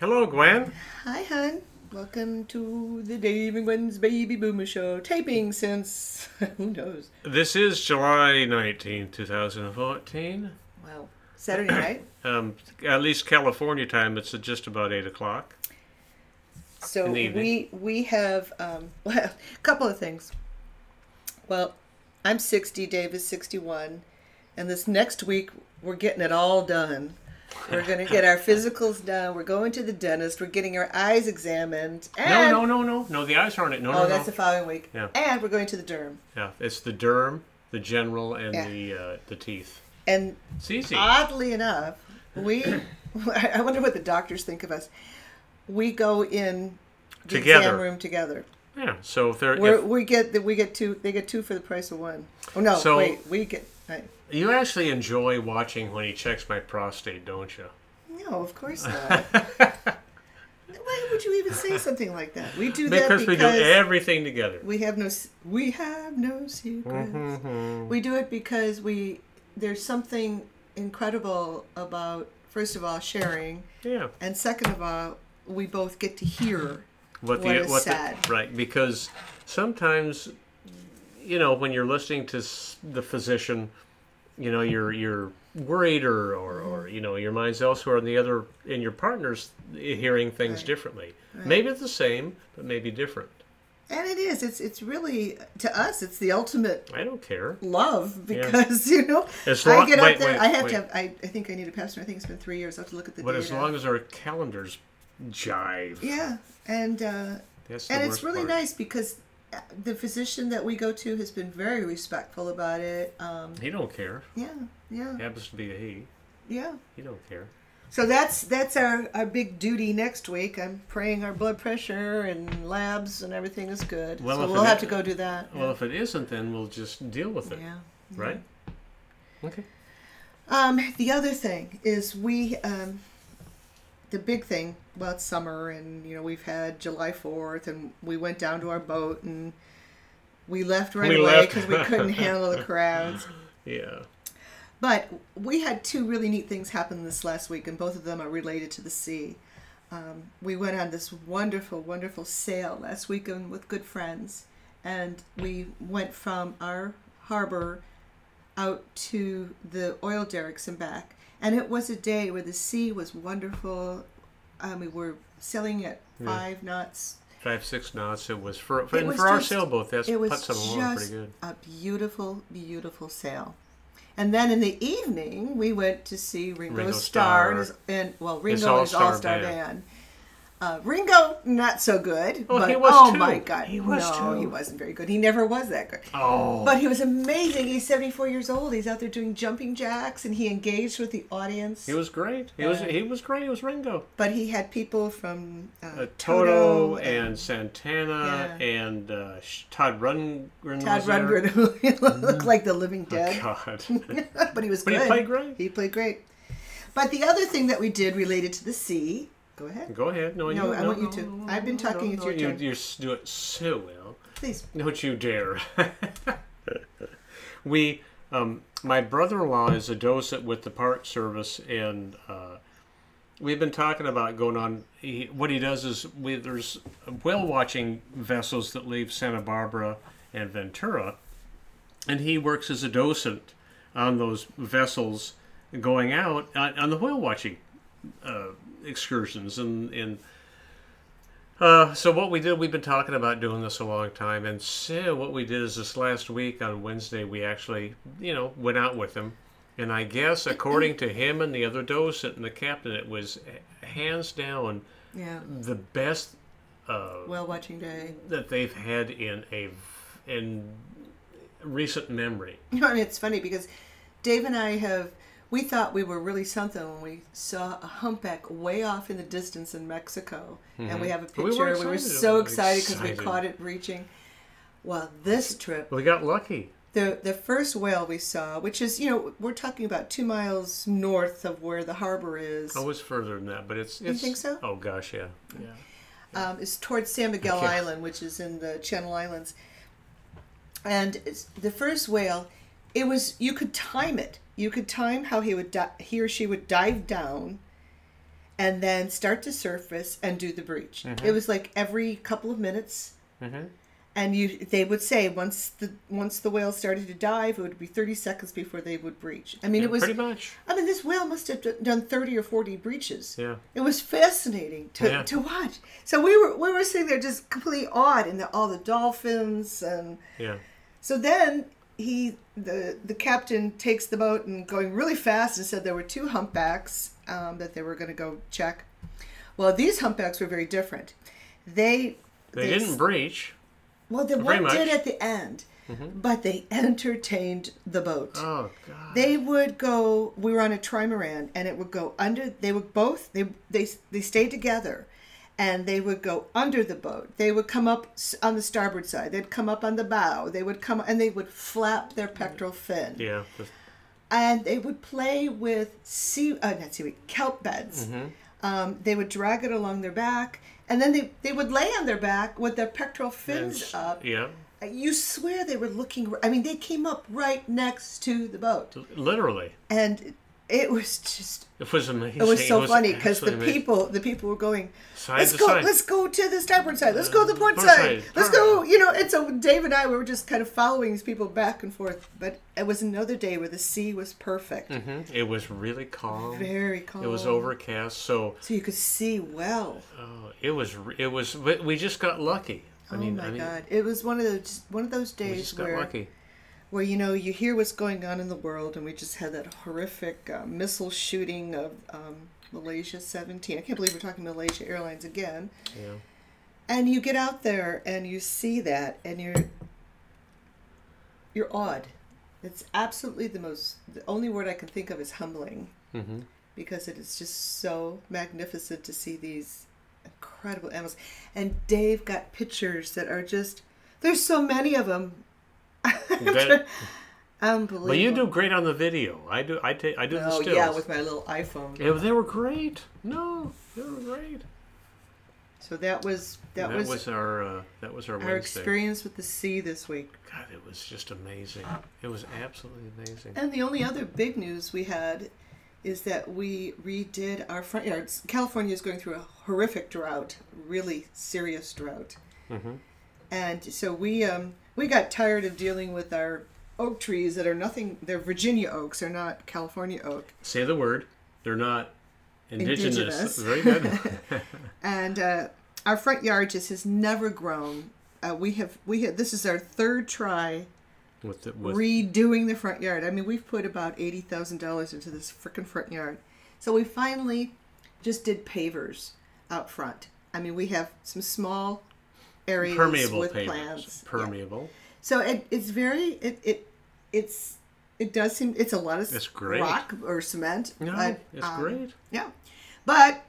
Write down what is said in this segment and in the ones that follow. Hello, Gwen. Hi, hun. Welcome to the Dave and Gwen's Baby Boomer Show. Taping since who knows? This is July 19, 2014. Well, Saturday night. Um, at least California time, it's just about 8 o'clock. So In the we evening. we have um, well, a couple of things. Well, I'm 60. Dave is 61, and this next week we're getting it all done. We're gonna get our physicals done. We're going to the dentist. We're getting our eyes examined. No, And, no, no, no. No, the eyes aren't it. No, Eh. Oh, no, no. that's the following week. Yeah. And we're going to the derm. yeah, it's the derm, the general, and Yeah. Uh, the uh, the teeth. And It's easy. oddly enough, we I wonder what the doctors think of us. We go in the Together. exam room together. yeah, so if they're, We're, if we get the, we get two. They get two for the price of one. Oh no! So- wait, we get I, you actually enjoy watching when he checks my prostate, don't you? no. Of course not. Why would you even say something like that? We do Because, that we do because everything together. we have no s- we have no secrets. We do it because we there's something incredible about first of all sharing, Yeah. and second of all, we both get to hear what the uh, what is what said. The, right because sometimes you know when you're listening to s- the physician you know you're you're worried or or, Mm-hmm. or you know your mind's elsewhere and the other and your partner's hearing things differently maybe it's the same but maybe different And it is. It's it's really to us. It's the ultimate i don't care love because you know As I long- get up wait, there. wait, I have wait. to. Have, I I think I need a pastor. I think it's been three years. I have to look at the but data. as long as our calendars jive yeah, and uh, that's the and it's worst really part. nice because uh, the physician that we go to has been very respectful about it. Um, he don't care yeah, yeah, happens to be a he yeah. he don't care So that's that's our our big duty next week. I'm praying our blood pressure and labs and everything is good. Well, if so it we'll have is- to go do that. well if it isn't then we'll just deal with it yeah. right okay Um, the other thing is we, um, the big thing, well, it's summer and, you know, we've had July 4th and we went down to our boat and we left right We away left. because we couldn't handle the crowds. yeah But we had two really neat things happen this last week and both of them are related to the sea. Um, we went on this wonderful, wonderful sail last weekend with good friends and we went from our harbor out to the oil derricks and back. And it was a day where the sea was wonderful. Um, we were sailing at five knots. five six knots. It was for, for It and was for our just- sailboat. That's It was puts them along pretty just good. a beautiful, beautiful sail. And then in the evening, we went to see Ringo, Ringo Starr and, Starr. his, and well, Ringo all and his star all star band. band. Uh, Ringo, not so good. Oh, but, he was oh too. my God, He was no, too. he wasn't very good. He never was that good. Oh, But he was amazing. He's 74 years old. He's out there doing jumping jacks and he engaged with the audience. he was great. He was Yeah. he was great. He was Ringo. but he had people from uh, Uh, Toto, Toto and Santana Yeah. and uh, Sh- Todd Rundgren. was Todd there. Rundgren, who looked Mm-hmm. like the living dead. God, but he was But good. he played great. He played great. But the other thing that we did related to the sea, go ahead. go ahead. No, No, you, I want you to. I've been talking, it's no, your you, turn. You s- do it so well. Please. Don't you dare. we, um, my brother in law is a docent with the Park Service, and uh, we've been talking about going on. He, what he does is we, there's whale watching vessels that leave Santa Barbara and Ventura, and he works as a docent on those vessels going out on, on the whale watching uh, excursions and. and uh, so what we did, we've been talking about doing this a long time, and so what we did is this last week on Wednesday, we actually, you know, went out with him, and I guess according to him and the other docent and the captain, it was h- hands down Yeah. the best Whale watching day. that they've had in a in recent memory. You know, and it's funny because Dave and I have, we thought we were really something when we saw a humpback way off in the distance in Mexico. And we have a Mm-hmm. We were picture. We were, excited so about it. excited because we Excited. caught it reaching. Well, this trip, We got lucky. the the first whale we saw, which is you know we're talking about two miles north of where the harbor is, I was further than that, but it's, it's think so? Oh gosh, yeah, yeah. um, is towards San Miguel Okay. Island, which is in the Channel Islands. And it's, the first whale, it was you could time it. You could time how he would di- he or she would dive down, and then start to surface and do the breach. Mm-hmm. It was like every couple of minutes. And you, they would say once the once the whale started to dive, it would be thirty seconds before they would breach. I mean, it was pretty much. I mean, this whale must have d- done thirty or forty breaches. Yeah. it was fascinating to, Yeah. to watch. So we were we were sitting there just completely awed, and the, all the dolphins, and Yeah. so then he the the captain takes the boat and going really fast, and said there were two humpbacks um, that they were going to go check. Well, these humpbacks were very different. They They didn't breach. well, the very one did much. Mm-hmm. at the end, but they entertained the boat Oh God. they would go we were on a trimaran and it would go under they would both they they they stayed together and they would go under the boat they would come up s- on the starboard side they'd come up on the bow they would come and they would flap their pectoral fin yeah. the- and they would play with sea uh, not seaweed kelp beds um, they would drag it along their back and then they, they would lay on their back with their pectoral fins up Yeah. you swear they were looking i mean they came up right next to the boat Literally. and it was just It was amazing. it was so funny because the absolutely amazing. people the people were going Side let's to go side." Uh, let's go to the starboard side let's go to the port Port side side, let's port. go you know and so Dave and I we were just kind of following these people back and forth but it was another day where the sea was perfect Mhm. It was really calm. very calm It was overcast, so so you could see well uh, it was re- it was. We we just got lucky. I mean, oh my I mean, god it was one of those one of those we days just got where lucky. where you know you hear what's going on in the world, and we just had that horrific uh, missile shooting of um, Malaysia 17. I can't believe we're talking Malaysia Airlines again. Yeah. And you get out there and you see that, and you're you're awed. It's absolutely the most. The only word I can think of is humbling, Mm-hmm. because it is just so magnificent to see these incredible animals. And Dave got pictures that are just. There's so many of them. That- Unbelievable. but you do great on the video. I do. I take. I do the Oh stills. yeah, with my little iPhone. Yeah, they were great. No, they were great. So that was that, was, our uh, that was our, our Wednesday. experience with the sea this week. God, it was just amazing. It was absolutely amazing. And the only other big news we had is that we redid our front yards. California is going through a horrific drought, really serious drought. And so we um, we got tired of dealing with our oak trees that are nothing. They're Virginia oaks, they're not California oak. Say the word. They're not indigenous. Indigenous. Very good. and uh, our front yard just has never grown. Uh, we have we have, this is our third try with the, with redoing the front yard. I mean, we've put about eighty thousand dollars into this frickin' front yard, so we finally just did pavers out front. I mean, we have some small areas permeable with pavers. plants. Yeah. Permeable. So it, it's very it, it it's it does seem it's a lot of It's great. rock or cement. No, but, it's um, great. Yeah, but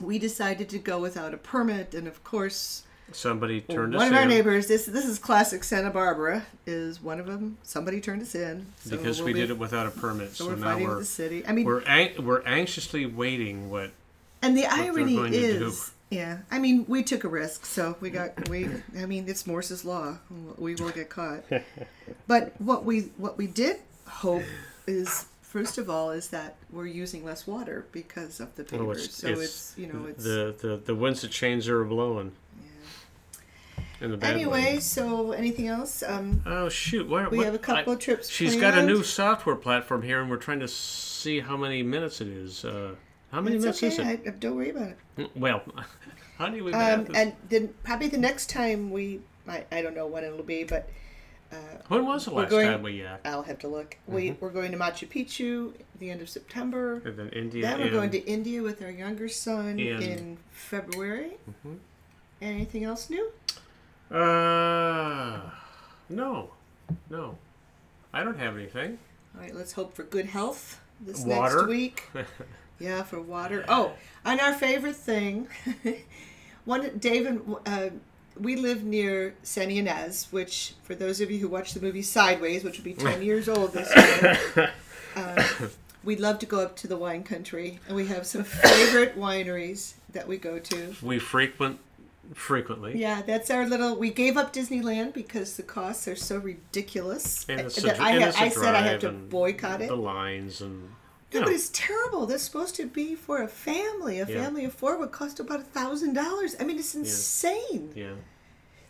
we decided to go without a permit, and of course, Somebody turned one us of our in neighbors. This this is classic Santa Barbara. Is one of them? Somebody turned us in so because we'll we be- did it without a permit. So, we're now fighting we're with the city. I mean, we're an- we're anxiously waiting what and the they're irony going to do. is, yeah. I mean, we took a risk, so we got we. I mean, it's Morse's law. We will get caught. but what we what we did hope is. First of all, is that we're using less water because of the pavers, Oh, so it's, you know it's the, the the winds that change are blowing. In the bad way. anyway. So anything else? Um, Oh shoot! Why, We what- have a couple of trips She's got a planned. new software platform here, and we're trying to see how many minutes it is. Uh, how many it's minutes is okay. it? I, don't worry about it. Well, how do we? Um, have this- and then probably the next time we, I, I don't know when it'll be, but when was the last going- time we uh, yacked? I'll have to look. We Mm-hmm. we're going to Machu Picchu at the end of September. And then India. Then we're and- going to India with our younger son and- Mm-hmm. in February. Anything else new? Uh, no, no, I don't have anything. All right, let's hope for good health this Water. next week. yeah, for water. Oh, and our favorite thing, one Dave and uh, we live near San Ynez, which for those of you who watch the movie Sideways, which will be ten years old this year. uh, we love to go up to the wine country, and we have some favorite wineries that we go to. We frequent frequently. Yeah, that's our little. We gave up Disneyland because the costs are so ridiculous And uh, it's a that dr- I, and ha- it's a I said I drive have to and boycott it. The lines and No, Yeah. but it's terrible. That's supposed to be for a family. A Yeah. family of four would cost about a thousand dollars. I mean, it's insane. Yeah.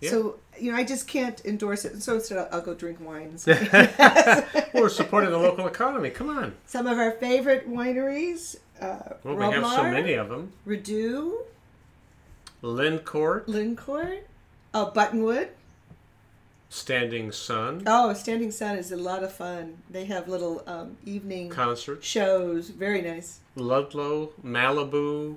Yeah. So you know, I just can't endorse it. And so instead, I'll, I'll go drink wines. We're supporting the local economy. Come on. Some of our favorite wineries: uh, Well, we have so Roblar, many of them. Redoux, Lincourt, Lincourt, uh, Buttonwood. Standing Sun, Oh, Standing Sun is a lot of fun. They have little um, evening concerts, shows. Very nice. Ludlow, Malibu,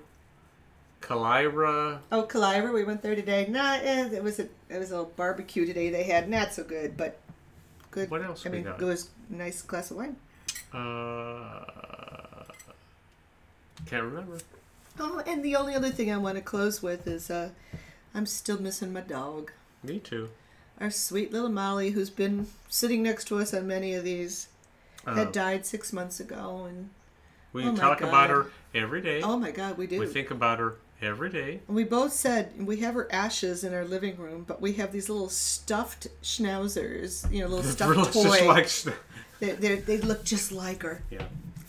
Calira. Oh, Caliver, we went there today. Nah, eh, it was a it was a little barbecue today they had. Not so good, but good. What else I we mean, got? it was a nice glass of wine. Uh, can't remember. Oh, and the only other thing I want to close with is uh, I'm still missing my dog, Me too. our sweet little Molly, who's been sitting next to us on many of these, Uh, had died six months ago, and we oh my talk about God. her every day. oh my God, we do. We think about her every day. And we both said we have her ashes in our living room, but we have these little stuffed schnauzers, you know, little stuffed It's just toy. like st- they, they they look just like her. yeah.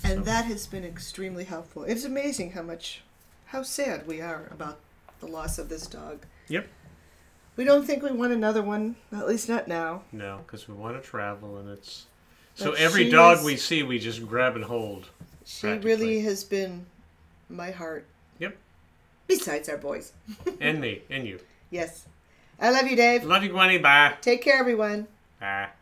And that has been extremely helpful. It's amazing how much, how sad we are about the loss of this dog. Yep. We don't think we want another one, at least not now. No, because we want to travel, and it's so But every she dog is- we see, we just grab and hold. She Practically. really has been my heart, Yep. besides our boys. And me, and you. Yes. I love you, Dave. Love you, Gwenny. Bye. Take care, everyone. Bye.